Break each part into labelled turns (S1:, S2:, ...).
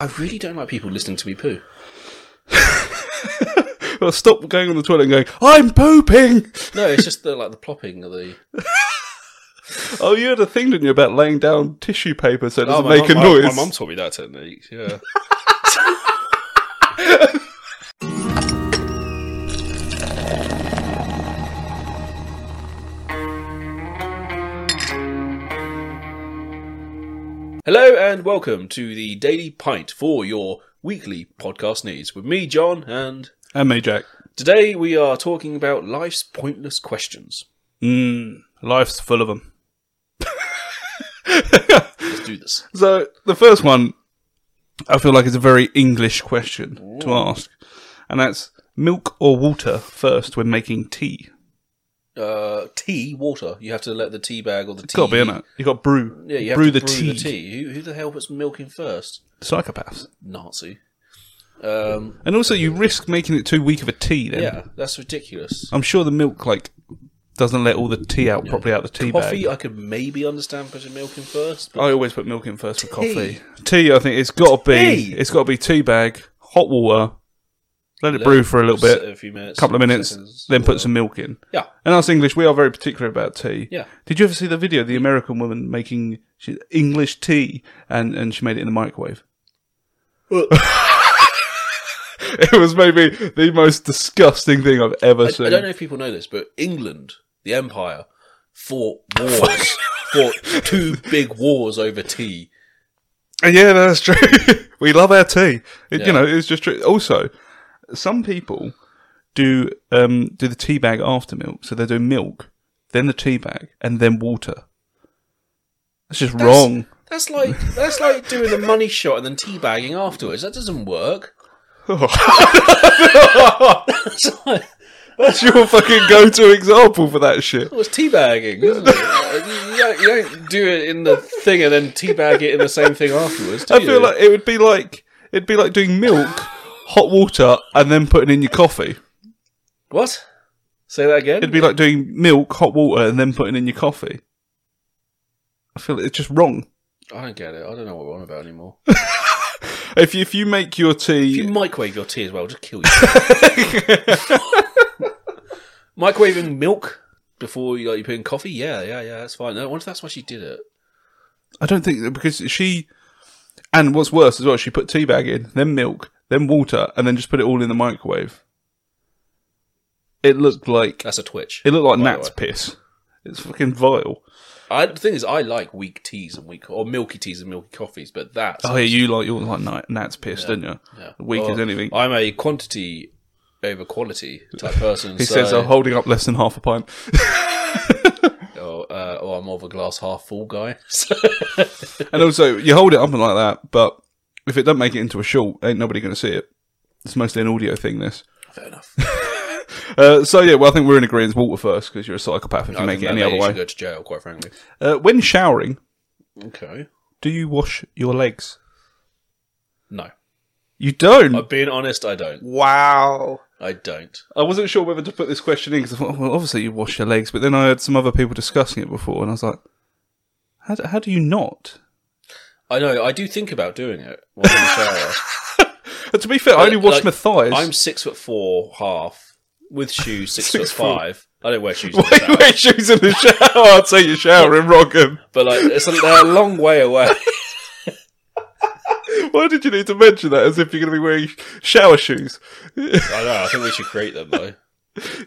S1: I really don't like people listening to me poo.
S2: Well, stop going on the toilet and going, I'm pooping!
S1: No, it's just the like the plopping of the.
S2: Oh, you had a thing, didn't you, about laying down tissue paper so it doesn't
S1: Oh, my
S2: make
S1: mum-
S2: a
S1: my-
S2: noise?
S1: My mum taught me that technique. Yeah. Hello and welcome to the Daily Pint for your weekly podcast needs with me, John, and
S2: and me, Jack.
S1: today we are talking about life's pointless questions.
S2: Mm, life's full of them.
S1: Let's do this.
S2: So, the first one, I feel like it's a very English question to ask. And that's milk or water first when making tea?
S1: Uh, tea, water. You have to let the tea bag or the tea.
S2: Got to be in it. You got brew.
S1: Yeah, you have
S2: brew
S1: to
S2: the
S1: brew
S2: tea.
S1: the tea. Who, who the hell puts milk in first?
S2: Psychopaths.
S1: Nazi. Um,
S2: And also, you risk making it too weak of a tea. Then
S1: yeah, that's ridiculous.
S2: I'm sure the milk like doesn't let all the tea out properly out of the tea
S1: Coffee,
S2: bag.
S1: I could maybe understand putting milk in first. But
S2: I always put milk in first for coffee. Tea, I think it's got to be.
S1: Tea!
S2: It's got to be tea bag, hot water. Let it brew for a little
S1: sit
S2: bit,
S1: a few minutes,
S2: a couple of minutes,
S1: seconds.
S2: then put some milk in.
S1: Yeah,
S2: And us English, we are very particular about tea.
S1: yeah.
S2: Did you ever see the video? of The American woman making she, English tea, and and she made it in the microwave. It was maybe the most disgusting thing I've ever
S1: I,
S2: seen.
S1: I don't know if people know this, but England, the Empire, fought wars, fought two big wars over tea.
S2: Yeah, no, that's true. we love our tea. It,
S1: Yeah.
S2: You know, it's just true. Also, some people do um, do the tea bag after milk, so they do milk, then the tea bag, and then water. That's just wrong.
S1: That's like that's like doing the money shot and then teabagging afterwards. That doesn't work. That's like-
S2: That's your fucking go-to example for that shit.
S1: It was teabagging, isn't it? you, don't, you don't do it in the thing and then teabag it in the same thing afterwards. Do
S2: I
S1: you?
S2: feel like it would be like it'd be like doing milk, hot water, and then putting in your coffee.
S1: what? Say that again.
S2: It'd be like doing milk, hot water, and then putting in your coffee. I feel it's just wrong.
S1: I don't get it. I don't know what we're on about anymore.
S2: If you, if you make your tea,
S1: If you microwave your tea as well, just kill you. Microwaving milk before you like you put in coffee. Yeah, yeah, yeah. That's fine. I wonder if that's why she did it.
S2: I don't think because she, and what's worse as well, she put tea bag in, then milk, then water, and then just put it all in the microwave. It looked like
S1: That's a twitch.
S2: it looked like
S1: By the
S2: gnat's
S1: way.
S2: piss. It's fucking vile.
S1: I, the thing is, I like weak teas and weak or milky teas and milky coffees, but that's
S2: Oh yeah, you like you like gnat- gnat's piss, didn't you?
S1: yeah. Oh,
S2: Weak
S1: Well,
S2: as anything.
S1: I'm a quantity over quality type person.
S2: he
S1: so,
S2: says I'm holding up less than half a pint.
S1: or, uh, or I'm more of a glass half full guy.
S2: and also, you hold it up and like that, but if it don't make it into a short, ain't nobody going to see it. It's mostly an audio thing. This.
S1: Fair enough.
S2: Uh, so yeah, well, I think we're in agreement. Water first, because you're a psychopath if you
S1: I
S2: make
S1: think
S2: it
S1: that
S2: any
S1: lady
S2: other
S1: should
S2: way.
S1: go to jail, quite frankly.
S2: Uh, when showering,
S1: Okay.
S2: Do you wash your legs?
S1: No.
S2: You don't.
S1: But being honest, I don't.
S2: wow.
S1: I don't.
S2: I wasn't sure whether to put this question in because I thought, oh, well, obviously you wash your legs, but then I heard some other people discussing it before, and I was like, how do, how do you not?
S1: I know. I do think about doing it. While in the shower.
S2: And to be fair, I only wash
S1: Like,
S2: my thighs.
S1: I'm six foot four, half with shoes. Six,
S2: Six
S1: foot
S2: four.
S1: five. I don't wear shoes. in the
S2: Wait,
S1: shower.
S2: wait, shoes in the shower. I'd say you're showering, Rockham.
S1: But like, it's a, they're a long way away.
S2: Why did you need to mention that as if you're going to be wearing shower shoes?
S1: I know. I think we should create them though.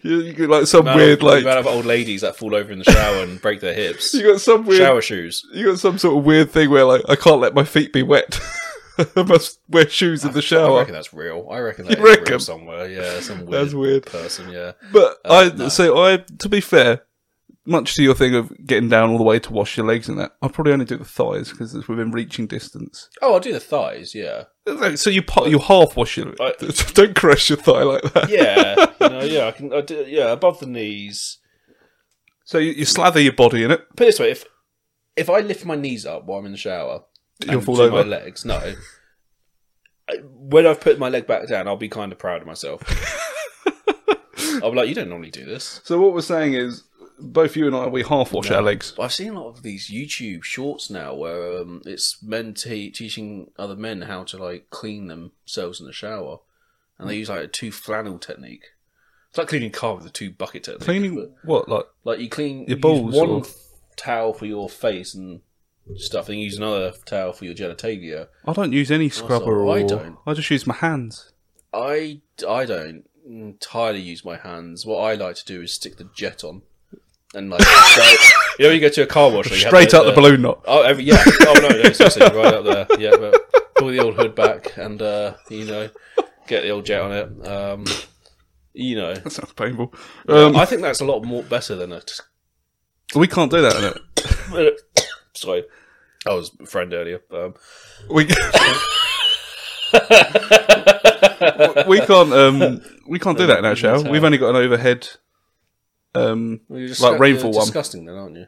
S2: you, you got like some
S1: Man,
S2: weird,
S1: the
S2: like
S1: amount of old ladies that fall over in the shower and break their hips.
S2: you got some weird,
S1: Shower shoes.
S2: you got some sort of weird thing where like I can't let my feet be wet. I must wear shoes in the
S1: I
S2: shower.
S1: reckon that's real. I reckon that's
S2: Oh, You reckon?
S1: real somewhere. Yeah, some weird,
S2: That's weird.
S1: person. Yeah,
S2: But I
S1: Uh, no.
S2: so I to be fair, much to your thing of getting down all the way to wash your legs and that, I probably only do the thighs because it's within reaching distance. Uh,
S1: Oh, I'll do the thighs, yeah.
S2: So you pa- you half wash your
S1: I-
S2: don't crush your thigh like that.
S1: Yeah, you know, yeah, I can, I do, yeah, above the knees.
S2: So you, you slather your body in it.
S1: Put it this way, if if I lift my knees up while I'm in the shower, and
S2: You'll fall
S1: do
S2: over.
S1: my legs, no. I- When I've put my leg back down, I'll be kind of proud of myself. I'll be like, you don't normally do this.
S2: So what we're saying is both you and I, we half wash our legs.
S1: But I've seen a lot of these YouTube shorts now where um, it's men te- teaching other men how to like clean themselves in the shower, and
S2: Hmm.
S1: they use like a two flannel technique. It's like cleaning a car with a two bucket technique. but-
S2: Cleaning what? Like
S1: Like you clean
S2: Your
S1: you
S2: balls
S1: use one
S2: or-
S1: towel for your face and stuff, and you use another towel for your genitalia.
S2: I don't use any scrubber or
S1: I
S2: I
S1: don't.
S2: just use my hands.
S1: I I don't entirely use my hands. What I like to do is stick the jet on, and like so, you know, when you go to a car wash and you have
S2: Straight up the balloon knot.
S1: Oh every, yeah. Oh no, no, seriously, right up there. Yeah, but pull the old hood back and uh, you know get the old jet on it. Um, you know,
S2: That sounds painful. Um,
S1: I think that's a lot more better than a
S2: we can't do that. Innit?
S1: sorry. I was a friend earlier. Um,
S2: We we can't um, we can't do that in our shower. We've only got an overhead. Um,
S1: Well, you're just
S2: Like
S1: you're
S2: rainfall one.
S1: disgusting then, aren't you?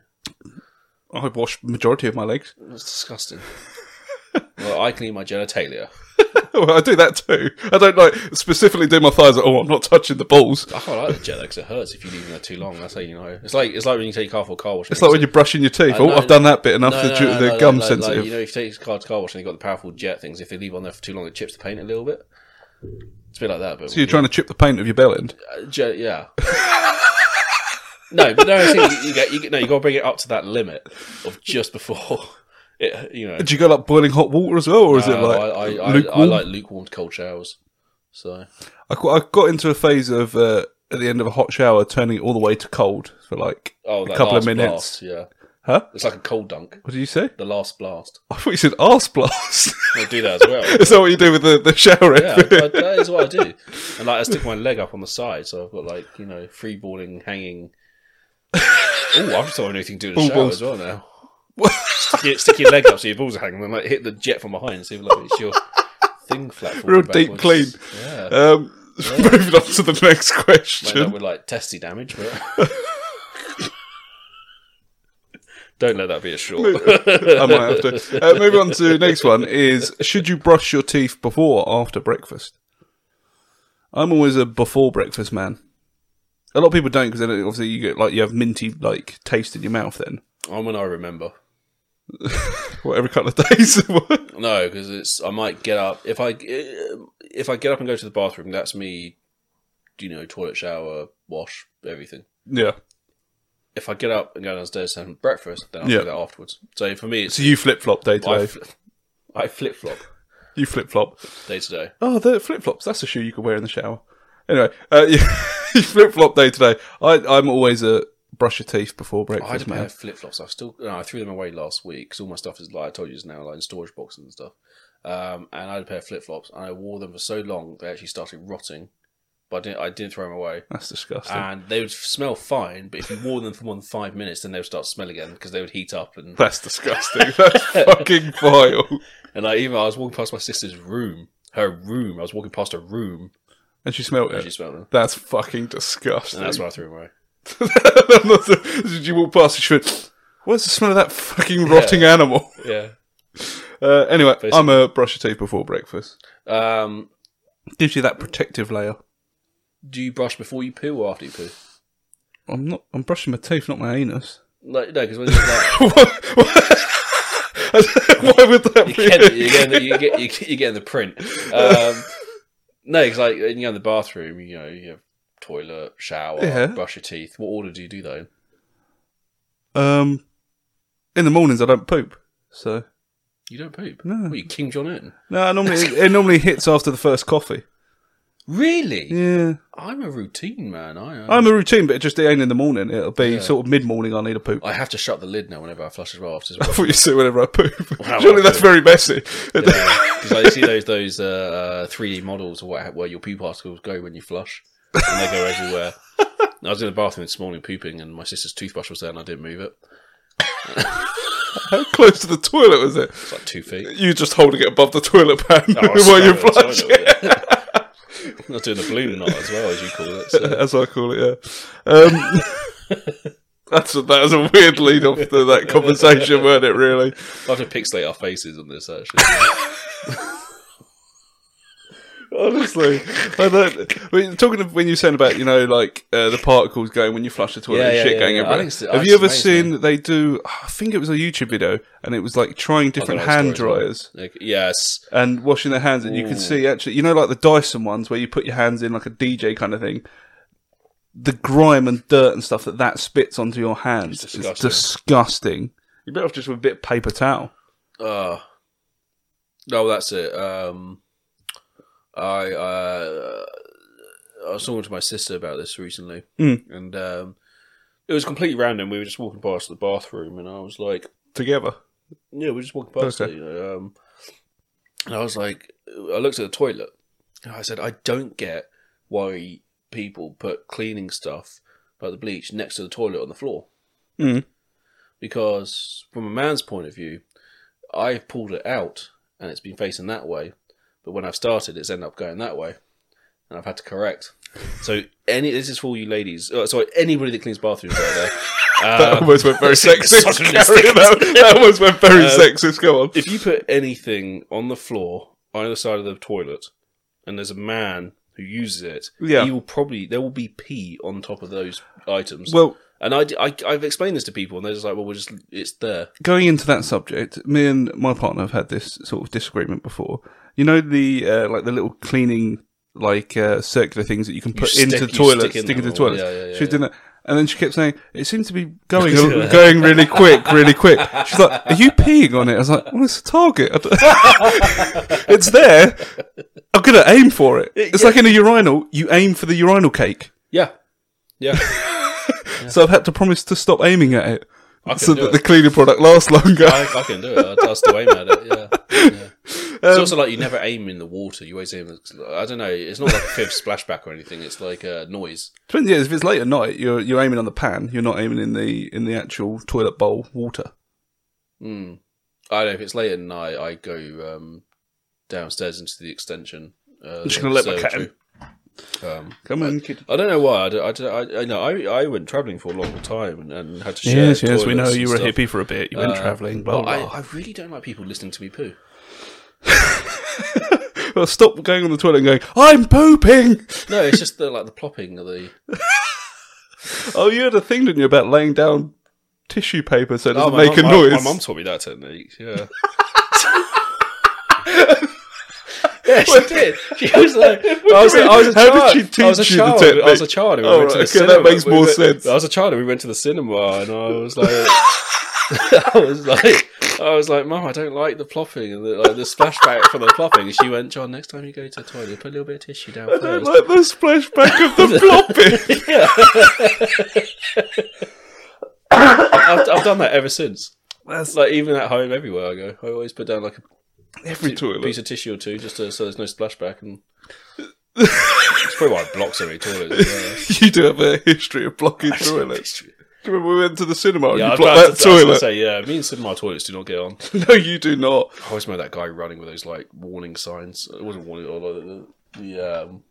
S2: I wash majority of my legs.
S1: That's disgusting. well, I clean my genitalia.
S2: well, I do that too. I don't like specifically do my thighs at all. I'm not touching the balls.
S1: I quite like the jet though, 'cause it hurts if you leave it there too long. That's how you know. It's like it's like when you take a car for a car wash.
S2: It's like when you're brushing your teeth.
S1: know.
S2: oh, I've done that bit enough.
S1: No,
S2: the
S1: no,
S2: ju-
S1: no,
S2: the
S1: no,
S2: gum
S1: no, like-
S2: sensitive.
S1: Like, you know, if you take a car to car wash and they've got the powerful jet things, if they leave on there for too long, it chips the paint a little bit. It's a bit like that, but
S2: so you're trying to chip the paint of your bell end.
S1: Uh, jet, yeah. no, but no, I think you, you get you, get- no. You got to bring it up to that limit of just before it. You know,
S2: Do you go like boiling hot water as well, or is it
S1: Uh,
S2: like
S1: I, I, I, I
S2: lukewarm?
S1: like lukewarm to cold showers. So
S2: I, qu- I got into a phase of uh, at the end of a hot shower turning it all the way to cold for like
S1: oh, that
S2: a couple of
S1: last
S2: minutes.
S1: blast, yeah.
S2: Huh?
S1: It's like a cold dunk.
S2: What did you say?
S1: The last blast.
S2: I thought you said arse blast.
S1: I do that as well.
S2: Is that what you do with the, the shower?
S1: Yeah, I, that is what I do. And like I stick my leg up on the side, so I've got like you know freeballing, hanging. Oh, I've thought of anything to do in the
S2: Ball
S1: shower as
S2: balls.
S1: well now.
S2: What?
S1: stick, your, stick your leg up so your balls are hanging, and like hit the jet from behind, and see if like it's your thing flat. falling
S2: Real deep
S1: backwards.
S2: clean.
S1: Yeah,
S2: Um, Moving on to the next
S1: Might end
S2: question.
S1: up with like testy damage, but don't let that be a short.
S2: I might have to. Uh, moving on to the next one is: Should you brush your teeth before or after breakfast? I'm always a before breakfast man. A lot of people don't because then obviously you get like you have minty like taste in your mouth then.
S1: I'm when I remember.
S2: Well, every couple of days.
S1: No, because it's I might get up if I if I get up and go to the bathroom. That's me, you know, toilet, shower, wash, everything.
S2: yeah.
S1: If I get up and go downstairs and have breakfast, then I'll
S2: Yeah.
S1: do that afterwards. So for me, it's
S2: So you flip flop day to
S1: I,
S2: day.
S1: fl- I flip flop
S2: You flip flop.
S1: day to day.
S2: Oh, the flip flops. That's a shoe you could wear in the shower. Anyway, uh, you, flip flop day today. I, I'm always a brush your teeth before
S1: I had a
S2: breakfast,
S1: pair
S2: man.
S1: of flip flops. I still no, I threw them away last week because all my stuff is like I told you is now like in storage boxes and stuff. Um, and I had a pair of flip flops and I wore them for so long they actually started rotting. But I didn't, I didn't throw them away.
S2: That's disgusting.
S1: and they would smell fine. But if you wore them for more than five minutes, then they would start smelling again because they would heat up. And
S2: That's disgusting. That's fucking vile.
S1: and I even I was walking past my sister's room, her room. I was walking past her room,
S2: And she smelt
S1: and
S2: it.
S1: she smelled them.
S2: That's fucking disgusting.
S1: And that's why I threw them away.
S2: I'm not so- Did you walk past and she went, Where's the smell of that fucking rotting animal?
S1: Yeah.
S2: Uh, anyway,
S1: Basically.
S2: I'm a brush your teeth before breakfast.
S1: Um,
S2: Gives you that protective layer.
S1: do you brush before you poo or after you poo?
S2: I'm not. I'm brushing my teeth, not my anus.
S1: Like, no, because when you're like,
S2: Why would that be?
S1: you get, you get, you get, you get, you get in the print. Um, no, because like when you go in the bathroom, you know you have toilet, shower,
S2: Yeah.
S1: brush your teeth. What order do you do though?
S2: Um, in the mornings I don't poop, so
S1: You don't poop.
S2: No.
S1: What, are you King John Newton?
S2: no. I normally it normally hits after the first coffee.
S1: Really?
S2: Yeah,
S1: I'm a routine man. I am.
S2: I'm a routine, but it just ain't in the morning. It'll be sort of mid morning. I need a poop. I
S1: I have to shut the lid now whenever I flush as well. After because
S2: thought you said whenever I poop.
S1: Wow,
S2: Surely
S1: I
S2: that's very messy.
S1: uh, I see those those uh, uh, 3D models of what, where your poo particles go when you flush, and they go everywhere. I was in the bathroom this morning pooping, and my sister's toothbrush was there, and I didn't move it.
S2: How close to the toilet was it?
S1: It's like two feet.
S2: You just holding it above the toilet pan
S1: I was
S2: while
S1: staring
S2: you're
S1: at the toilet
S2: flushing.
S1: with it. I was doing the balloon knot as well, as you call it. So.
S2: as I call it. Yeah. Um, that's a, that was a weird lead off to that conversation, weren't it? Really.
S1: I have to pixelate our faces on this actually.
S2: Honestly, I don't, when, talking of when you were saying about you know like uh, the particles going when you flush the toilet
S1: Yeah,
S2: and
S1: yeah,
S2: shit
S1: yeah,
S2: going
S1: yeah. I
S2: everywhere.
S1: think it's-
S2: Have
S1: it's
S2: you ever
S1: amazing.
S2: seen they do? I think it was a YouTube video, and it was like trying different
S1: I know
S2: hand
S1: it's stories,
S2: dryers
S1: Like, yes.
S2: and washing their hands, and you can
S1: Ooh.
S2: see actually, you know, like the Dyson ones where you put your hands in like a DJ kind of thing. The grime and dirt and stuff that that spits onto your hands
S1: It's
S2: is
S1: disgusting.
S2: disgusting. You're better off just with a bit of paper towel.
S1: Uh, no, that's it. Um, I uh, I was talking to my sister about this recently,
S2: Mm.
S1: and um, it was completely random. We were just walking past the bathroom, and I was like,
S2: Together,
S1: "Yeah, we're just walking past
S2: Okay.
S1: it." You know, um, and I was like, I looked at the toilet, and I said, "I don't get why people put cleaning stuff like the bleach next to the toilet on the floor."
S2: Mm.
S1: because from a man's point of view, I've pulled it out and it's been facing that way, but when I've started, it's ended up going that way, and I've had to correct. So any this is for all you ladies. Oh, sorry, anybody that cleans bathrooms out there.
S2: that
S1: Uh,
S2: almost went very sexist.
S1: Misogynistic.
S2: Carry on. that, that almost went very
S1: Uh,
S2: sexist. Go on.
S1: if you put anything on the floor either side of the toilet, and there's a man who uses it,
S2: Yeah.
S1: he will probably there will be pee on top of those items.
S2: Well,
S1: and I, have explained this to people, and they're just like, "Well, we're just it's there."
S2: going into that subject, me and my partner have had this sort of disagreement before. You know the uh, like the little cleaning like uh, circular things that you can put
S1: stick-
S2: into
S1: you
S2: the toilet,
S1: stick
S2: stick,
S1: in
S2: into
S1: them
S2: the
S1: all.
S2: toilet.
S1: Yeah, yeah, yeah,
S2: she was doing that, and then she kept saying it seems to be going a- going really quick, really quick. She's like, "Are you peeing on it?" I was like, "Well, it's a target. I don't- it's there. I'm gonna aim for it. It's like in a urinal. You aim for the urinal cake.
S1: Yeah, yeah.
S2: So I've had to promise to stop aiming at it."
S1: I can
S2: So
S1: do
S2: that
S1: it.
S2: the cleaning product lasts longer.
S1: I, I can do it. I dust away at it. Yeah. yeah.
S2: Um,
S1: it's also like you never aim in the water. You always aim. I don't know. It's not like a fifth splashback or anything. It's like a noise.
S2: Depends, yeah, if it's late at night, you're you're aiming on the pan. You're not aiming in the in the actual toilet bowl water.
S1: Mm. I don't know if it's late at night. I go um, downstairs into the extension. Uh, I'm
S2: just gonna let my cat in.
S1: Um,
S2: Come on, kid.
S1: I don't know why. I don't. I, don't, I, I know. I, I went travelling for a long time and, and had to share.
S2: Yes, yes, we know
S1: toilets
S2: you
S1: and
S2: were a
S1: stuff.
S2: hippie for a bit. You went travelling, blah
S1: But
S2: blah.
S1: I,
S2: blah.
S1: I really don't like people listening to me poo.
S2: Well, stop going on the toilet and going. I'm pooping.
S1: No, it's just the like the plopping of the.
S2: Oh, you had a thing, didn't you, about laying down tissue paper so it doesn't
S1: Oh, my
S2: make
S1: mum-
S2: a
S1: my-
S2: noise?
S1: My mum taught me that technique. Yeah. yeah, she did. She was like, I was,
S2: do you
S1: I was a
S2: mean? How did
S1: child.
S2: she
S1: I was a
S2: teach you the
S1: child. I was a
S2: technique?
S1: child. and We
S2: Oh,
S1: went to the
S2: right, okay, that
S1: cinema.
S2: makes
S1: We
S2: more
S1: went-
S2: sense.
S1: I was a child. and We went to the cinema, and I was like, I was like. I was like, Mum, I don't like the plopping and the, like, the splashback for the plopping. And she went, John, next time you go to the toilet, put a little bit of tissue down
S2: I don't
S1: first.
S2: like the splashback of the flopping.
S1: I've, I've done that ever since.
S2: That's
S1: Like, even at home, everywhere I go, I always put down like a
S2: every toilet.
S1: piece of tissue or two just to, so there's no splashback and it's probably why it blocks every toilet
S2: You do have a history of blocking toilets. Do you remember we went to the cinema and
S1: yeah, I
S2: you
S1: was
S2: blocked
S1: about to- I
S2: that
S1: was gonna
S2: toilet?
S1: say yeah me and cinema toilets do not get on
S2: no, you do not.
S1: I always remember that guy running with those like warning signs it wasn't warning or like, the, the um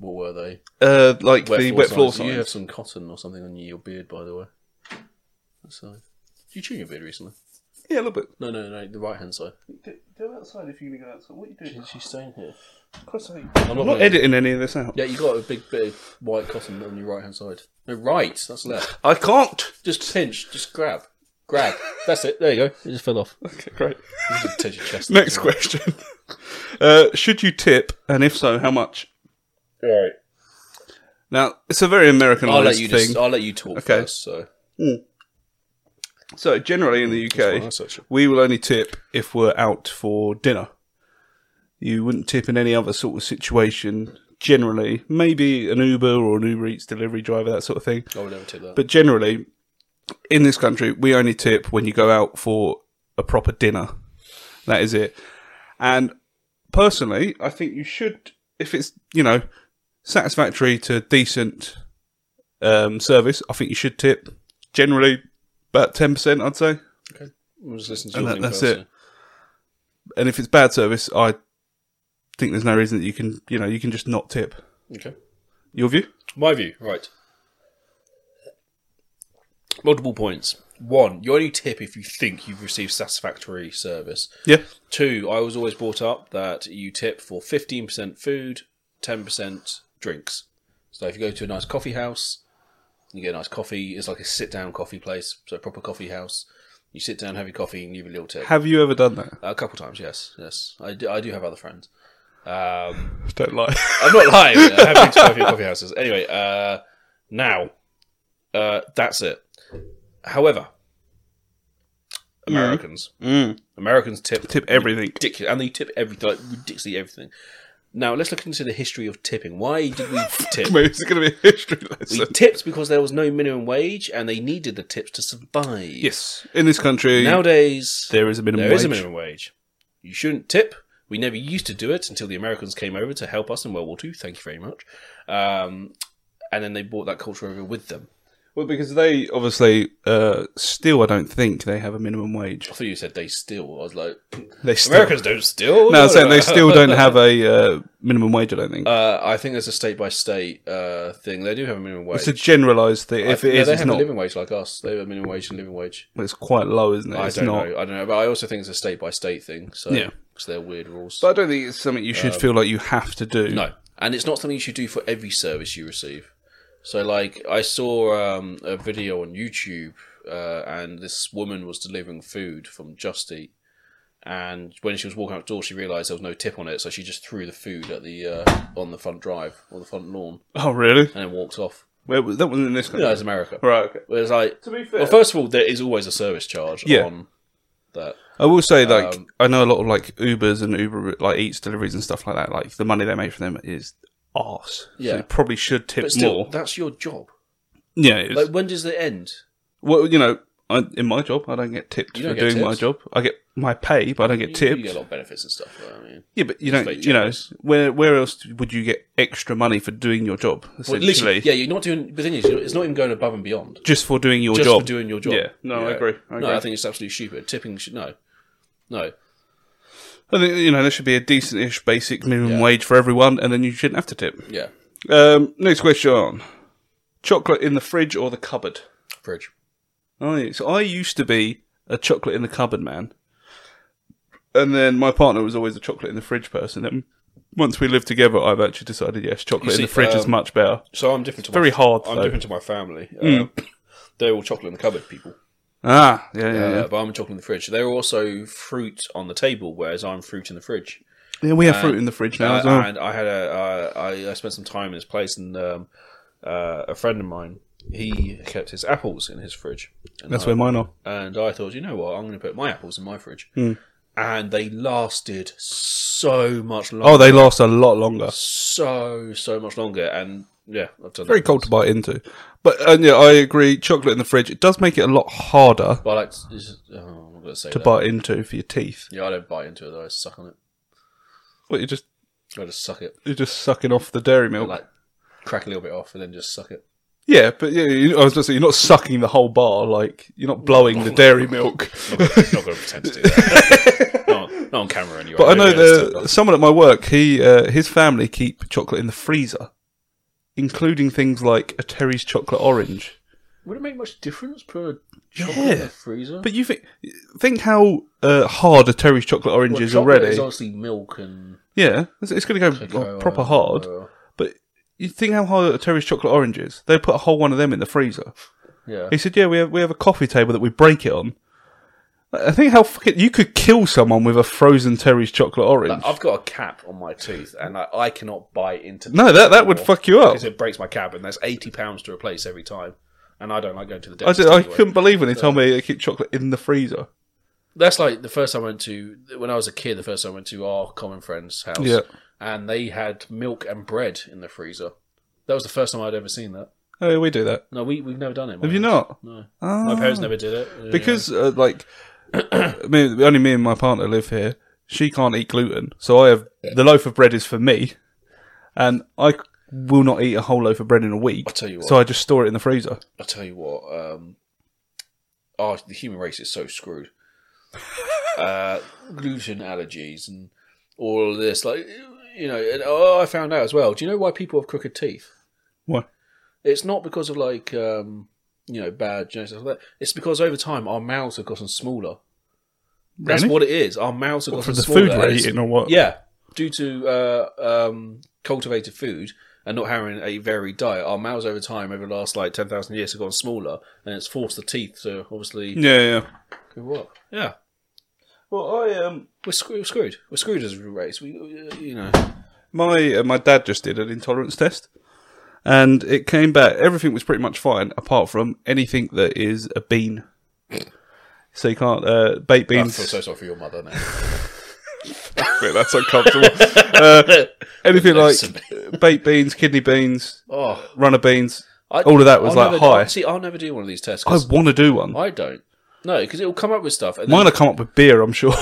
S1: what were they
S2: Uh, like the wet floor
S1: signs. you
S2: signs.
S1: have some cotton or something on your beard by the way so did you trim your beard recently
S2: Yeah, a little bit.
S1: no no no the right hand side
S2: Go outside if you're going to go outside. What are you doing?
S1: is she staying here
S2: I'm
S1: I'm
S2: not
S1: gonna-
S2: editing any of this out.
S1: yeah you got a big bit of white cotton on your right hand side no right that's left
S2: I can't.
S1: Just pinch, just grab. Grab. That's it. There you go. It just fell off.
S2: Okay, great.
S1: Just touch your chest.
S2: Next question. Uh, should you tip, and if so, how much?
S1: All right.
S2: Now, it's a very Americanized
S1: I'll let you
S2: thing.
S1: just, I'll let you talk
S2: Okay.
S1: first. So
S2: so, generally in the
S1: Oh,
S2: UK,
S1: that's actually-
S2: we will only tip if we're out for dinner. You wouldn't tip in any other sort of situation. Generally, maybe an Uber or an Uber Eats delivery driver, that sort of thing.
S1: I would never tip that.
S2: But generally, in this country, we only tip when you go out for a proper dinner. That is it. And personally, I think you should, if it's, you know, satisfactory to decent um, service, I think you should tip generally about 10%, I'd say.
S1: We'll just listen to
S2: and
S1: your
S2: that-
S1: thing
S2: that's
S1: first,
S2: it. And if it's bad service, I think there's no reason that you can, you know, you can just not tip.
S1: yeah. Okay.
S2: Your view?
S1: My view. Right. Multiple points. One, you only tip if you think you've received satisfactory service.
S2: Yeah.
S1: Two, I was always brought up that you tip for 15% food, 10% drinks. So if you go to a nice coffee house, you get a nice coffee. It's like a sit down coffee place, so a proper coffee house. You sit down, have your coffee, and give a little tip.
S2: Have you ever done that?
S1: a couple times, yes, yes. I do, I do have other friends. Um,
S2: Don't lie.
S1: I'm not lying. I have been to quite a few coffee houses. Anyway, uh, now uh, that's it. However, Americans,
S2: Mm.
S1: Americans tip
S2: Tip everything.
S1: ridiculous, and they tip everything, like ridiculously everything. Now let's look into the history of tipping. Why did we tip?
S2: Mate, it's going to be a history lesson.
S1: We tipped because there was no minimum wage, and they needed the tips to survive.
S2: Yes. In this country,
S1: Nowadays,
S2: there is a minimum
S1: there
S2: wage.
S1: is a minimum wage. You shouldn't tip. We never used to do it until the Americans came over to help us in World War II. Thank you very much. Um, and then they brought that culture over with them.
S2: Well, because they obviously uh, still, I don't think they have a minimum wage.
S1: I thought you said they steal. I was like,
S2: They still.
S1: Americans don't steal.
S2: no, I'm saying they still don't have a uh, minimum wage. I don't think
S1: Uh, I think there's a state by state uh, thing. They do have a minimum wage.
S2: it's a generalised thing. If it
S1: No,
S2: is,
S1: they
S2: it's
S1: have a
S2: not.
S1: living wage like us. They have a minimum wage and living wage.
S2: Well, It's quite low, isn't it? it's
S1: I don't
S2: not.
S1: know. I don't know. But I also think it's a state by state thing. So
S2: Yeah.
S1: because they're weird rules.
S2: But I don't think it's something you should feel like you have to do.
S1: Um, No, and it's not something you should do for every service you receive. So, like, I saw um, a video on YouTube, uh, and this woman was delivering food from Just Eat, and when she was walking out the door, she realised there was no tip on it, so she just threw the food at the uh, on the front drive or the front lawn,
S2: Oh, really?
S1: and then walked off.
S2: Where was, that wasn't in this country.
S1: No, it's America.
S2: Right. Okay.
S1: But It's like,
S2: To be fair,
S1: well, first of all, there is always a service charge
S2: Yeah.
S1: on that.
S2: I will say, like,
S1: Um,
S2: I know a lot of like Ubers and Uber like eats deliveries and stuff like that. Like, the money they make from them is arse.
S1: Yeah.
S2: so you probably should tip
S1: But still,
S2: more.
S1: that's your job.
S2: yeah, it's,
S1: Like, when does it end?
S2: well, you know, I, in my job, I don't get tipped
S1: You
S2: for
S1: don't get
S2: doing my
S1: tips.
S2: job. I get my pay, but I don't get
S1: You,
S2: tipped.
S1: you get a lot of benefits and stuff. But, I mean,
S2: Yeah, but you don't.
S1: very
S2: You know,
S1: generous.
S2: where where else would you get extra money for doing your job?
S1: Well,
S2: Essentially,
S1: literally, yeah, you're not doing. But the thing is, you're- it's not even going above and beyond.
S2: just for doing your
S1: Just
S2: job.
S1: for doing your job.
S2: Yeah, no, I agree,
S1: No,
S2: I agree.
S1: I think it's absolutely stupid. Tipping should no, no.
S2: I think you know there should be a decent-ish basic minimum wage for everyone, and then you shouldn't have to tip.
S1: Yeah,
S2: Um, next question: chocolate in the fridge or the cupboard?
S1: fridge.
S2: Oh, yeah. so I used to be a chocolate in the cupboard man, and then my partner was always a chocolate in the fridge person. And once we lived together, I've actually decided yes, chocolate
S1: see,
S2: in the fridge is
S1: um,
S2: much better.
S1: So I'm different to
S2: Very
S1: my,
S2: hard,
S1: I'm
S2: though. Hmm.
S1: different to my family. Uh, they're all chocolate in the cupboard people,
S2: Ah, yeah, yeah,
S1: uh,
S2: yeah.
S1: but I'm chocolate in the fridge. They're also fruit on the table, whereas I'm fruit in the fridge.
S2: yeah we have fruit in the fridge now as well.
S1: Uh, And I had a, uh, I, I spent some time in this place, and um, uh, a friend of mine, he kept his apples in his fridge. And
S2: That's
S1: I-
S2: where mine are.
S1: and I thought, you know what, I'm going to put my apples in my fridge,
S2: Hmm.
S1: and they lasted so much longer,
S2: Oh, they last a lot longer.
S1: so so much longer, and yeah, I've done
S2: Very
S1: that.
S2: cold to bite into. But and yeah, I agree. Chocolate in the fridge it does make it a lot harder
S1: But I like, to- is- oh, I'm not going to say
S2: to
S1: that.
S2: bite into for your teeth.
S1: yeah, I don't bite into it though. I suck on it.
S2: What you just
S1: I just suck it,
S2: you're just sucking off the dairy milk.
S1: like crack a little bit off, and then just suck it.
S2: yeah, but yeah, you, I was just saying you're not sucking the whole bar. Like you're not blowing the dairy milk.
S1: Not going to pretend to do that. not, not on camera anyway.
S2: But I know
S1: Maybe just
S2: the someone at my work. He uh, his family keep chocolate in the freezer, including things like a Terry's chocolate orange.
S1: Would it make much difference per chocolate
S2: Yeah.
S1: in the freezer?
S2: But you think think how uh, hard a Terry's chocolate orange
S1: Well,
S2: is
S1: chocolate
S2: already.
S1: is obviously milk and
S2: Yeah, it's, it's going to go
S1: cocoa
S2: like, proper hard.
S1: or-
S2: But you think how hard a Terry's chocolate orange is? They put a whole one of them in the freezer.
S1: yeah.
S2: He said, "Yeah, we have we have a coffee table that we break it on." I think how fucking you could kill someone with a frozen Terry's chocolate orange.
S1: Like, I've got a cap on my tooth, and I, I cannot bite into.
S2: no, that that would fuck you up.
S1: because it breaks my cap, and that's eighty pounds to replace every time. And I don't like going to the
S2: I,
S1: dentist.
S2: just, I
S1: anyway.
S2: couldn't believe when they told me they keep chocolate in the freezer.
S1: That's like the first time I went to when I was a kid. The first time I went to our common friend's house,
S2: Yeah.
S1: and they had milk and bread in the freezer. That was the first time I'd ever seen that.
S2: Oh, yeah, we do that.
S1: No, we we've never done it.
S2: Have you not?
S1: No,
S2: Ah.
S1: my parents never did it
S2: because uh, like I mean, only me and my partner live here. She can't eat gluten, so I have the loaf of bread is for me, and I c- will not eat a whole loaf of bread in a week.
S1: I'll tell you what.
S2: So I just store it in the freezer.
S1: I tell you what, um, oh, the human race is so screwed. uh, gluten allergies and all of this, like you know. And, oh, I found out as well. Do you know why people have crooked teeth?
S2: Why?
S1: It's not because of like um, you know, bad genetics like that. It's because over time our mouths have gotten smaller. That's
S2: Really?
S1: what it is. Our mouths have
S2: What,
S1: gotten
S2: from the
S1: smaller.
S2: food we're
S1: It's-
S2: eating or what?
S1: Yeah, due to uh, um, cultivated food and not having a varied diet, our mouths over time, over the last like ten thousand years, have gotten smaller, and it's forced the teeth to obviously
S2: Yeah, yeah.
S1: grow up. Yeah,
S2: Well, I um,
S1: we're, screw- we're screwed. We're screwed as a race. We, uh, you know,
S2: my uh, my dad just did an intolerance test, and it came back. Everything was pretty much fine, apart from anything that is a bean. So you can't uh, baked
S1: I feel
S2: beans.
S1: so sorry for your mother now.
S2: Wait, that's uncomfortable. uh, anything like baked beans, kidney beans,
S1: oh,
S2: runner beans.
S1: I,
S2: All of that was, like,
S1: never,
S2: high.
S1: See, I'll never do one of these tests.
S2: I
S1: 'cause
S2: want to do one.
S1: I don't. No, because it'll come up with stuff, and then,
S2: Mine will come up with beer, I'm sure.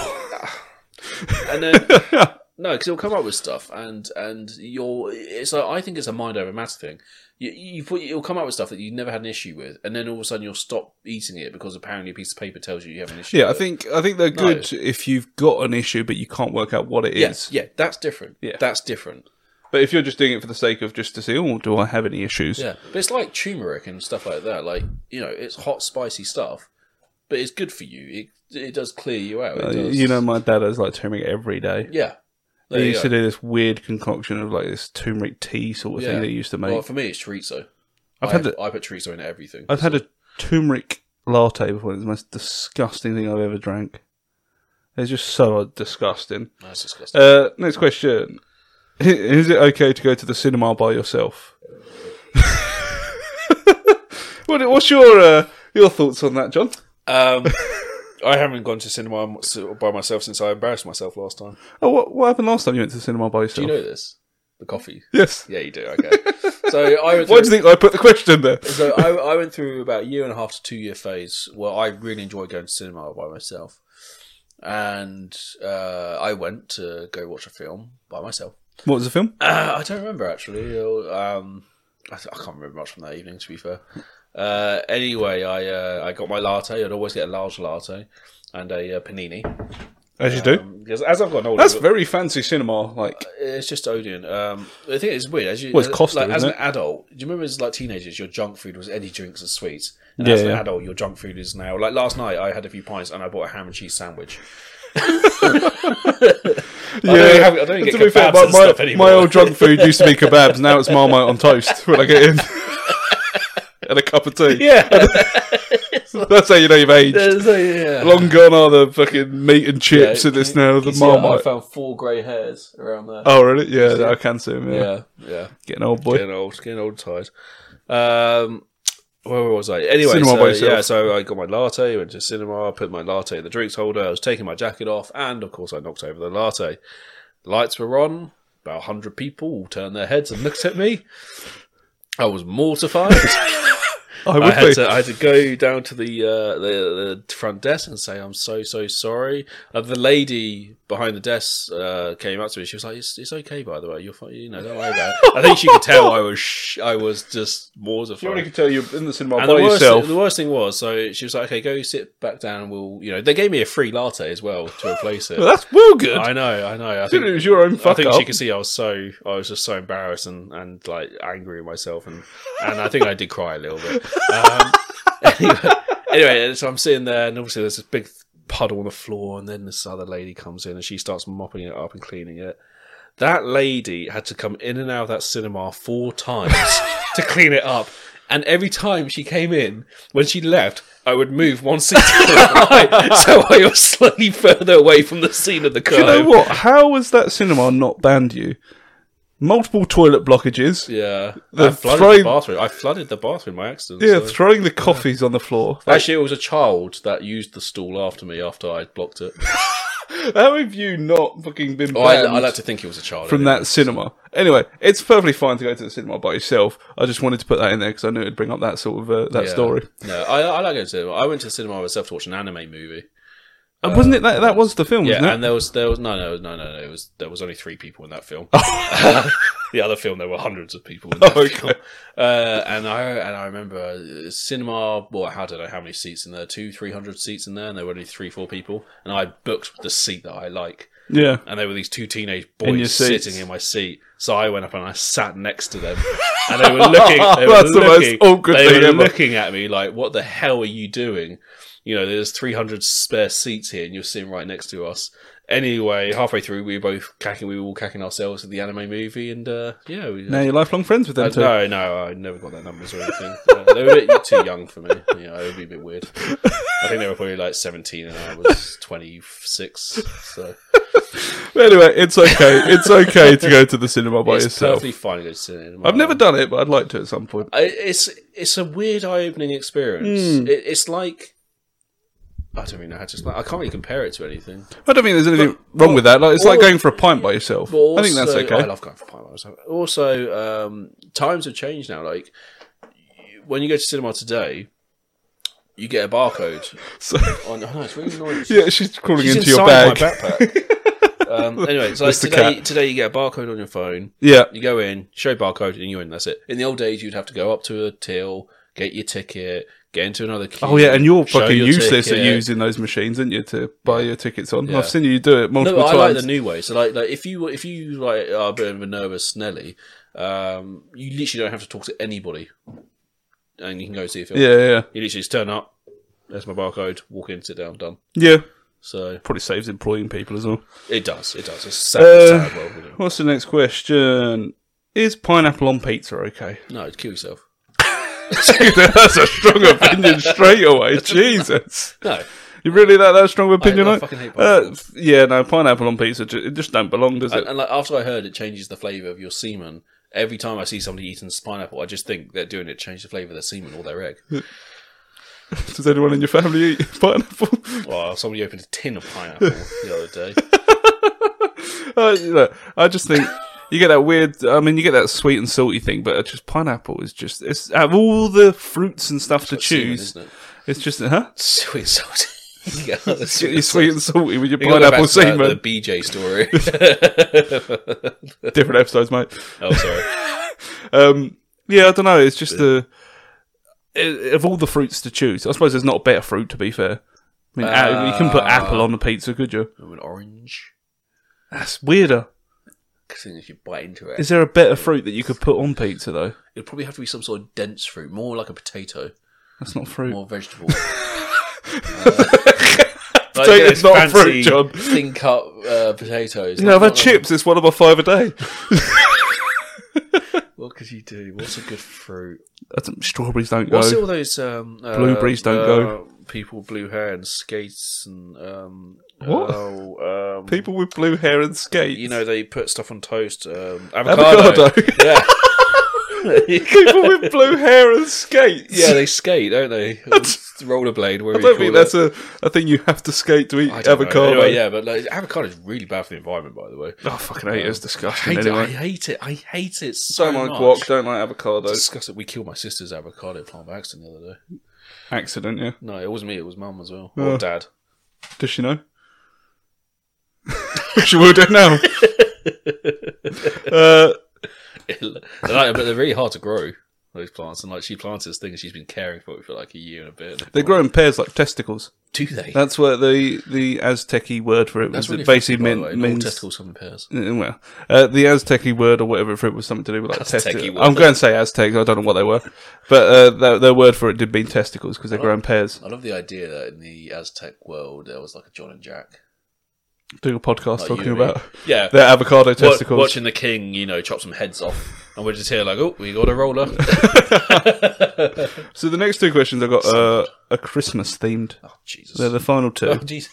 S1: and then no, because it'll come up with stuff, and and you're. It's like I think it's a mind over matter thing. You, you put, it'll come up with stuff that you never had an issue with, and then all of a sudden you'll stop eating it because apparently a piece of paper tells you you have an issue.
S2: yeah, I
S1: with it.
S2: think I think they're
S1: No.
S2: good if you've got an issue but you can't work out what it is.
S1: Yes, yeah, that's different.
S2: Yeah.
S1: that's different.
S2: But if you're just doing it for the sake of just to see, oh, do I have any issues?
S1: Yeah, but it's like turmeric and stuff like that. Like you know, it's hot, spicy stuff, but it's good for you. It it does clear you out. It
S2: Uh,
S1: does.
S2: you know, my dad has like turmeric every day.
S1: yeah. There
S2: He
S1: you
S2: used
S1: go.
S2: to do this weird concoction of like this turmeric tea sort of
S1: Yeah.
S2: thing they used to make.
S1: Well, for me, it's chorizo.
S2: I've
S1: I,
S2: had the-
S1: I put chorizo in everything.
S2: I've had a turmeric latte before. It's the most disgusting thing I've ever drank. It's just so disgusting.
S1: That's disgusting.
S2: Uh, next question: Is it okay to go to the cinema by yourself? what, what's your uh, your thoughts on that, John?
S1: Um, I haven't gone to cinema m- s- by myself since I embarrassed myself last time.
S2: Oh, what, what happened last time you went to the cinema by
S1: Do
S2: yourself?
S1: you know this? The coffee.
S2: yes.
S1: Yeah, you do. Okay. so I went through,
S2: Why do you think I put the question there?
S1: so I, I went through about a year and a half to two year phase where I really enjoyed going to cinema by myself, and uh, I went to go watch a film by myself.
S2: What was the film?
S1: Uh, I don't remember actually. Um, I, I can't remember much from that evening, to be fair. Uh, anyway, I uh, I got my latte. I'd always get a large latte and a uh, panini.
S2: As you do.
S1: Um, because as I've gotten older,
S2: That's very fancy cinema. Like,
S1: it's just Odeon. Um, the thing is weird. As you,
S2: Well, it's Costa,
S1: like, as
S2: isn't
S1: an adult, do you remember as like teenagers, your junk food was any drinks and sweets, and
S2: Yeah,
S1: as an
S2: yeah.
S1: adult, your junk food is now like last night. I had a few pints and I bought a ham and cheese sandwich.
S2: yeah.
S1: even have- I don't even
S2: to
S1: get
S2: be fair,
S1: kebabs
S2: my,
S1: and
S2: my,
S1: stuff anymore.
S2: my old drunk food used to be kebabs. Now it's Marmite on toast when I get in, and a cup of tea.
S1: Yeah,
S2: That's how you know you've aged.
S1: uh, yeah.
S2: Long gone are the fucking meat and chips,
S1: Yeah,
S2: and it's
S1: can-
S2: now the
S1: can you see that I
S2: Marmite.
S1: found four grey hairs around there.
S2: Oh, really? Yeah, I can see him. Yeah,
S1: Yeah, yeah.
S2: getting old, boy.
S1: Getting old, getting old, and tired. Um, where was I? Anyway,
S2: Cinema by
S1: so,
S2: yourself.
S1: yeah, so I got my latte, went to cinema, put my latte in the drinks holder. I was taking my jacket off, and of course, I knocked over the latte. Lights were on. About 100 people all turned their heads and looked at me. I was mortified.
S2: I
S1: I
S2: would
S1: had
S2: be.
S1: to I had to go down to the, uh, the the front desk and say I'm so so sorry. Uh, the lady behind the desk uh, came up to me. She was like, "It's, it's okay, by the way. You're fine. You know, don't worry about it." I think she could tell I was sh- I was just
S2: You already
S1: mortified.
S2: could tell you're in the cinema
S1: And the
S2: by
S1: worst,
S2: yourself.
S1: thing, the worst thing was, so she was like, "Okay, go sit back down. and We'll you know." They gave me a free latte as well to replace
S2: Well,
S1: it.
S2: that's well good.
S1: I know, I know. I
S2: Dude, it
S1: think,
S2: was your own
S1: I
S2: fuck
S1: think
S2: up.
S1: she could see I was so I was just so embarrassed and, and like angry with myself and and I think I did cry a little bit. Um, anyway, anyway, so I'm sitting there and obviously there's this big puddle on the floor and then this other lady comes in and she starts mopping it up and cleaning it. That lady had to come in and out of that cinema four times to clean it up. And every time she came in, when she left, I would move one seat to the right, so I was slightly further away from the scene of the crime.
S2: Do you know what? How has that cinema not banned you? Multiple toilet blockages.
S1: Yeah,
S2: The
S1: I flooded
S2: throwing-
S1: the bathroom. I flooded the bathroom by accident.
S2: Yeah,
S1: so-
S2: throwing the coffees on the floor.
S1: Actually, it was a child that used the stool after me after I blocked it.
S2: How have you not fucking been
S1: Oh, I,
S2: banned
S1: I like to think it was a child.
S2: from that cinema? Anyway, it's perfectly fine to go to the cinema by yourself. I just wanted to put that in there because I knew it'd bring up that sort of uh, that
S1: Yeah.
S2: story.
S1: No, I, I like going to cinema. I went to the cinema myself to watch an anime movie.
S2: And wasn't it that that was the film?
S1: Uh, Yeah,
S2: wasn't it?
S1: and there was there was no no no no no. It was there was only three people in that film. the other film there were hundreds of people. In that
S2: Oh. Okay.
S1: film. Uh, and I and I remember uh, cinema. Well, how did I? How many seats in there? Two, three hundred seats in there, and there were only three, four people. And I booked the seat that I like.
S2: Yeah.
S1: and there were these two teenage
S2: In your
S1: boys
S2: seats.
S1: sitting in my seat. So I went up and I sat next to them, and they were looking. They were
S2: That's the most
S1: looking,
S2: awkward
S1: they
S2: thing
S1: were
S2: ever.
S1: looking at me like, "What the hell are you doing?" You know, there's 300 spare seats here, and you're sitting right next to us. Anyway, halfway through, we were both cacking. We were all cacking ourselves at the anime movie, and uh, yeah, we,
S2: Now you're lifelong friends with them
S1: I-
S2: too.
S1: Uh, no, no, I never got their numbers or anything. Uh, they were a bit too young for me. Yeah, it would be a bit weird. I think they were probably like 17 and I was 26. So
S2: But anyway, it's okay. It's okay to go to the cinema by
S1: it's
S2: yourself.
S1: perfectly fine to go to cinema.
S2: I've never done it, but I'd like to at some point.
S1: I, it's it's a weird eye-opening experience.
S2: Hmm.
S1: It, it's like I don't really know how to explain. I can't really compare it to anything.
S2: I don't think there's anything wrong with that. Like, it's like going for a pint by yourself.
S1: But also,
S2: I think that's
S1: I
S2: okay.
S1: love going for pint by myself. Also, um, times have changed now. Like when you go to cinema today, you get a barcode.
S2: So,
S1: on, oh no, it's really annoying.
S2: yeah, she's crawling
S1: She's
S2: into your
S1: inside
S2: bag.
S1: My backpack. um, anyway, so like
S2: That's the
S1: today,
S2: cat.
S1: today you get a barcode on your phone.
S2: Yeah,
S1: You go in, show barcode, and you're in. That's it. In the old days, you'd have to go up to a till, get your ticket, get into another queue.
S2: Oh yeah, and you're
S1: show
S2: fucking
S1: your
S2: useless
S1: ticket.
S2: at using those machines, aren't you, to buy your tickets on?
S1: Yeah.
S2: I've seen you do it
S1: No,
S2: multiple
S1: but I like
S2: times.
S1: the new way. So like, like if you if you like are a bit of a nervous Nelly, um, you literally don't have to talk to anybody, and you can go see a film.
S2: yeah, yeah,
S1: You literally just turn up. There's my barcode. Walk in, sit down, done.
S2: yeah.
S1: So
S2: Probably saves employing people as well.
S1: it does. It does. It's a sad,
S2: Uh,
S1: sad world. we live in.
S2: What's the next question? Is pineapple on pizza okay?
S1: No, kill yourself.
S2: That's a strong opinion straight away. Jesus,
S1: No.
S2: you really that that strong opinion?
S1: I
S2: like?
S1: fucking hate
S2: uh,
S1: pineapple.
S2: f- yeah, no, pineapple on pizza. ju- It just don't belong, does it?
S1: And, and like after I heard it changes the flavour of your semen, every time I see somebody eating pineapple, I just think they're doing it to change the flavour of their semen or their egg.
S2: Does anyone in your family eat pineapple?
S1: Well, somebody opened a tin of pineapple the other day.
S2: Uh, look, I just think you get that weird. I mean, you get that sweet and salty thing, but it's just pineapple is just it's out of all the fruits and stuff
S1: Semen,
S2: to choose.
S1: isn't it?
S2: it's just huh?
S1: Sweet salty. yeah, that's
S2: Get
S1: sweet.
S2: your sweet and salty with your
S1: We've got to go
S2: pineapple
S1: back to that-
S2: semen.
S1: The BJ story.
S2: Different episodes, mate.
S1: oh, sorry.
S2: Um, yeah, I don't know. It's just the i of all the fruits to choose. I suppose there's not a better fruit to be fair. I mean, a- you can put
S1: Ah.
S2: apple on the pizza, could you?
S1: I'm an orange.
S2: That's weirder.
S1: 'Cause then if you bite into it,
S2: Is there a better fruit that you could put on pizza though?
S1: it'd probably have to be some sort of dense fruit, more like a potato,
S2: That's not fruit.
S1: more vegetable. Uh, like
S2: Potato's
S1: those
S2: not a fruit,
S1: fancy
S2: John.
S1: Thin cut uh, potatoes.
S2: no, I've had
S1: Not like-
S2: chips. It's one of my five a day.
S1: What could you do? What's a good fruit?
S2: That's, strawberries don't go.
S1: What's all those um, uh,
S2: Blueberries don't
S1: uh,
S2: go.
S1: People with blue hands, skates, and um,
S2: What?
S1: oh, um,
S2: People with blue hair and skates.
S1: You know they put stuff on toast. Um, avocado.
S2: avocado.
S1: Yeah.
S2: People with blue hair and skates.
S1: yeah, they skate, don't they? Rollerblade. Where
S2: I don't think that's a, a thing you have to skate to eat avocado.
S1: yeah, but like, avocado is really bad for the environment, by the way.
S2: Oh, fucking hate it. It's disgusting.
S1: Hate it, I
S2: anyway.
S1: hate it. I hate it so
S2: Don't like
S1: much.
S2: guac, don't like avocado.
S1: Discuss it. We killed my sister's avocado plant by accident the other day.
S2: Accident, yeah.
S1: No, it wasn't me. It was mum as well,
S2: Oh.
S1: or dad.
S2: Does she know? she will do now. uh,
S1: They're like, but they're really hard to grow those plants, and like she plants this thing, and she's been caring for it for like a year and a bit.
S2: they grow in pairs like testicles.
S1: Do they?
S2: That's what the the Aztec word for it was.
S1: really
S2: it basically
S1: funny,
S2: meant
S1: by the way. All
S2: means
S1: testicles come in pairs.
S2: Uh, well, uh, the Aztec word or whatever for it was something to do with like
S1: Aztec-y
S2: testicles.
S1: word.
S2: I'm going to say Aztecs. I don't know what they were, but uh, their, their word for it did mean testicles because they
S1: Oh.
S2: grow in pairs.
S1: I love the idea that in the Aztec world there was like a John and Jack
S2: Doing a podcast
S1: Like
S2: talking
S1: you,
S2: about
S1: Yeah,
S2: their avocado
S1: Wa-
S2: testicles.
S1: watching the king, you know, chop some heads off, and we're just here like, oh, we got a roller.
S2: So the next two questions I got uh, are Christmas themed.
S1: oh Jesus!
S2: They're the final two.
S1: Oh, jeez.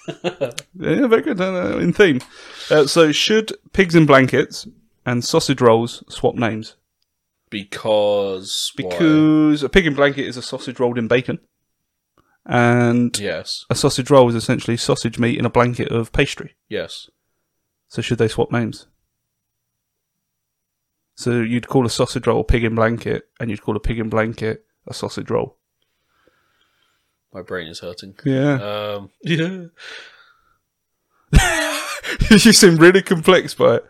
S2: Yeah, very good. no, no, in theme. Uh, so should pigs in blankets and sausage rolls swap names?
S1: because why?
S2: Because a pig in blanket is a sausage rolled in bacon, and
S1: yes,
S2: a sausage roll is essentially sausage meat in a blanket of pastry.
S1: yes,
S2: So should they swap names? So you'd call a sausage roll a pig in blanket, and you'd call a pig in blanket a sausage roll.
S1: my brain is hurting.
S2: Yeah,
S1: Um, yeah.
S2: you seem really complex by it.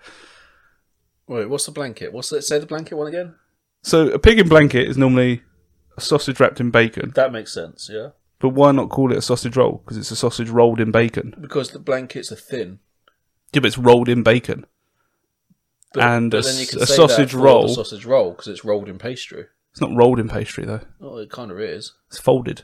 S1: Wait, what's the blanket? What's the, say the blanket one again?
S2: So a pig in blanket is normally a sausage wrapped in bacon,
S1: That makes sense. Yeah,
S2: but why not call it a sausage roll? Because it's a sausage rolled in bacon.
S1: because the blankets are thin.
S2: Yeah, but it's rolled in bacon.
S1: But-
S2: and a,
S1: but then you can
S2: s- a
S1: say that
S2: sausage
S1: for
S2: roll.
S1: the sausage roll, because it's rolled in pastry.
S2: It's not rolled in pastry though.
S1: Oh, it kind of is.
S2: It's folded.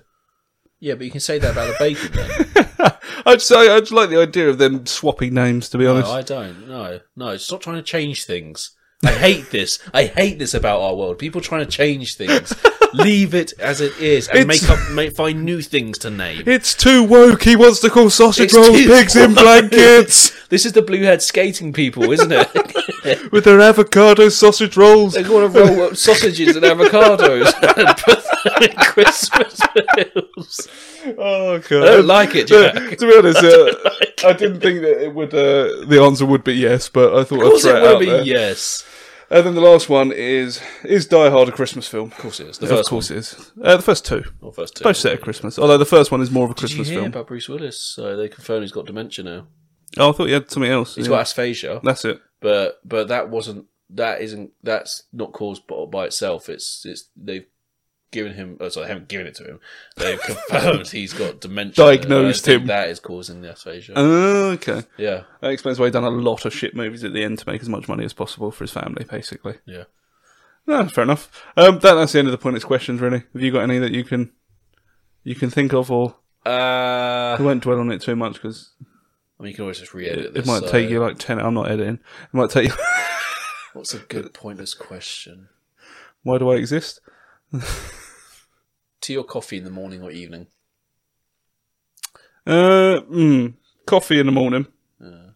S1: Yeah, but you can say that about the bacon. Then.
S2: I just, I, I just like the idea of them swapping names. To be honest,
S1: no, I don't. No, no. Stop trying to change things. I hate this. I hate this about our world. People trying to change things. Leave it as it is and
S2: It's-
S1: make up, make, find new things to name.
S2: it's too woke. He wants to call sausage
S1: It's
S2: rolls
S1: too
S2: pigs in
S1: woke.
S2: blankets
S1: This is the bluehead skating people, isn't it?
S2: with their avocado sausage rolls.
S1: They're going to roll up sausages and avocados and put them in Christmas meals.
S2: Oh god,
S1: I don't like it,
S2: Uh,
S1: Jack.
S2: to be honest, uh, I didn't think that it would. Uh, the answer would be yes, but I thought
S1: Of
S2: I'd
S1: course,
S2: throw
S1: it
S2: it
S1: will
S2: out
S1: be
S2: there.
S1: yes.
S2: And then the last one is is Die Hard a Christmas film?
S1: Of course, it is the first
S2: of course, it is. Uh, the first two,
S1: one. Or first two.
S2: both set at Christmas. Although the first one is more of a
S1: Did you
S2: Christmas
S1: hear
S2: film.
S1: about Bruce Willis? So they confirm he's got dementia now.
S2: Oh, I thought you had something else.
S1: He's
S2: Yeah.
S1: got asphasia,
S2: That's it.
S1: but but that wasn't that isn't that's not caused by, by itself. It's it's they've given him. Oh, sorry, they haven't given it to him. They've confirmed he's got dementia.
S2: Diagnosed
S1: I think
S2: him.
S1: That is causing the asphasia.
S2: Oh, okay.
S1: yeah,
S2: That explains why he done a lot of shit movies at the end to make as much money as possible for his family, basically.
S1: yeah.
S2: No, fair enough. Um, that, that's the end of the point. It's questions, really. Have you got any that you can you can think of, or
S1: Uh,
S2: I won't dwell on it too much because
S1: I mean, you can always just re-edit
S2: it,
S1: this.
S2: it might
S1: so-
S2: take you like ten. I'm not editing. It might take you.
S1: What's a good pointless question?
S2: why do I exist?
S1: Tea or coffee in the morning or evening?
S2: Uh, mm, coffee in the morning.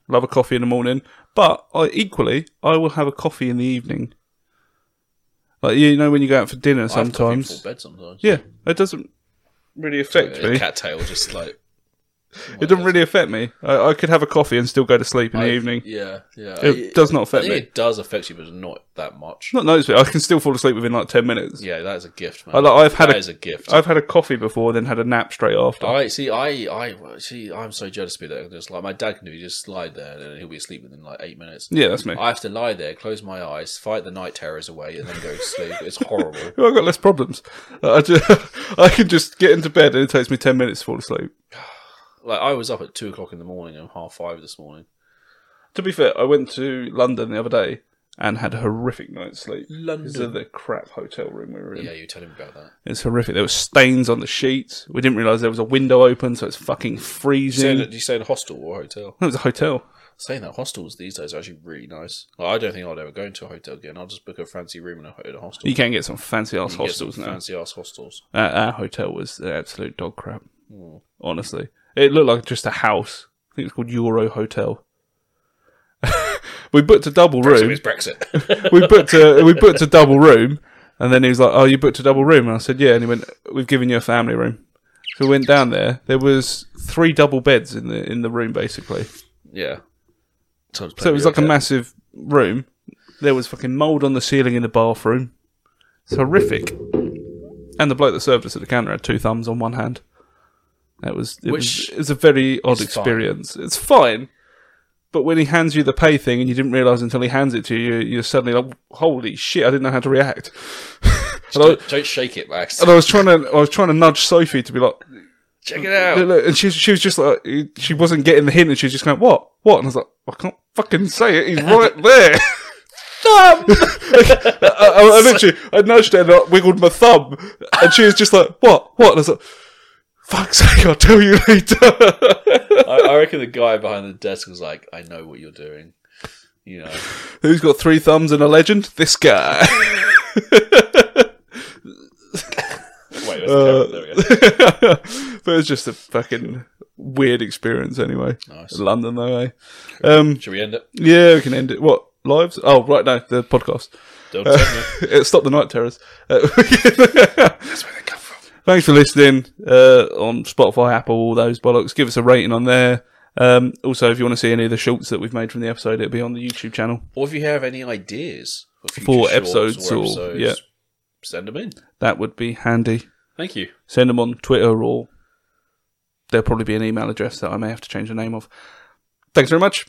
S2: Love a coffee in the morning, but I equally I will have a coffee in the evening. Like you know when you go out for
S1: I
S2: dinner
S1: have coffee
S2: sometimes.
S1: before bed sometimes.
S2: Yeah, it doesn't really affect
S1: A
S2: me.
S1: cattail just like
S2: It doesn't really affect me. I, I could have a coffee and still go to sleep in the evening.
S1: Yeah, yeah.
S2: It does not
S1: I
S2: affect
S1: think
S2: me.
S1: it does affect you, but not that much.
S2: Not noticeably. I can still fall asleep within like ten minutes.
S1: Yeah, that is a gift, man.
S2: I, like, I've had
S1: That
S2: a
S1: is a gift. I,
S2: I've had a coffee before, then had a nap straight after.
S1: see. I, I see. I'm so jealous of people that are just like my dad can do. Just slide there, and he'll be asleep within like eight minutes.
S2: yeah, that's me.
S1: I have to lie there, close my eyes, fight the night terrors away, and then go to sleep. It's horrible.
S2: Well, I've got less problems. Uh, I just, I can just get into bed and it takes me ten minutes to fall asleep.
S1: Like I was up at two o'clock in the morning and half five this morning.
S2: To be fair, I went to London the other day and had a horrific night's sleep. Because
S1: London.
S2: of the crap hotel room we were in.
S1: Yeah, you were telling me about that.
S2: It's horrific. There were stains on the sheets. We didn't realise there was a window open, so it's fucking
S1: You
S2: freezing.
S1: stayed,
S2: That
S1: at- you stayed in a hostel or a hotel?
S2: it was a hotel.
S1: Saying that hostels these days are actually really nice. Like, I don't think I'd ever go into a hotel again. I'll just book a fancy room in a, in a hostel.
S2: You can get some fancy ass
S1: You get some
S2: hostels now.
S1: Fancy ass hostels.
S2: Uh, our hotel was the absolute dog crap.
S1: Hmm.
S2: Honestly, it looked like just a house. I think it's called Euro Hotel. we booked a double
S1: So
S2: room.
S1: it's Brexit.
S2: we booked a we booked a double room, and then he was like, "Oh, you booked a double room?" And I said, "Yeah." And he went, "We've given you a family room." So we went down there. There was three double beds in the in the room basically.
S1: Yeah. So
S2: So it was like a massive room. There was fucking mold on the ceiling in the bathroom. It's horrific. And the bloke that served us at the counter had two thumbs on one hand. That was it,
S1: Which
S2: was, it was a very odd
S1: is
S2: experience. It's fine, but when he hands you the pay thing and you didn't realise until he hands it to you, you're suddenly like, "Holy shit! I didn't know how to react." and, I,
S1: Don't, don't shake it, Max.
S2: and I was trying to, I was trying to nudge Sophie to be like,
S1: Check it
S2: Look,
S1: out.
S2: look, and she she was just like she wasn't getting the hint, and she was just going, "What? What?" And I was like, "I can't fucking say it. He's right there."
S1: Thumb.
S2: I, I, I literally, I nudged her and I wiggled my thumb, and she was just like, "What? What?" And I was like, "Fuck's sake, I'll tell you later."
S1: I, I reckon the guy behind the desk was like, "I know what you're doing." You know,
S2: Who's got three thumbs and a legend? This guy.
S1: wait, there's
S2: Uh,
S1: a camera, there we go.
S2: but it was just a fucking weird experience, anyway.
S1: Nice.
S2: London, though, eh? Um,
S1: Should we end it?
S2: yeah, we can end it. What lives? Oh, right, no, the podcast.
S1: Don't tell me.
S2: Uh, Stop the night terrors. Uh,
S1: That's where they come from.
S2: thanks for listening uh, on Spotify, Apple, all those bollocks. Give us a rating on there. Um, also, if you want to see any of the shorts that we've made from the episode, it'll be on the YouTube channel.
S1: Or if you have any ideas for, future
S2: For
S1: shorts
S2: episodes or- yeah.
S1: send them in.
S2: That would be handy.
S1: Thank you.
S2: Send them on Twitter or there'll probably be an email address that I may have to change the name of. Thanks very much.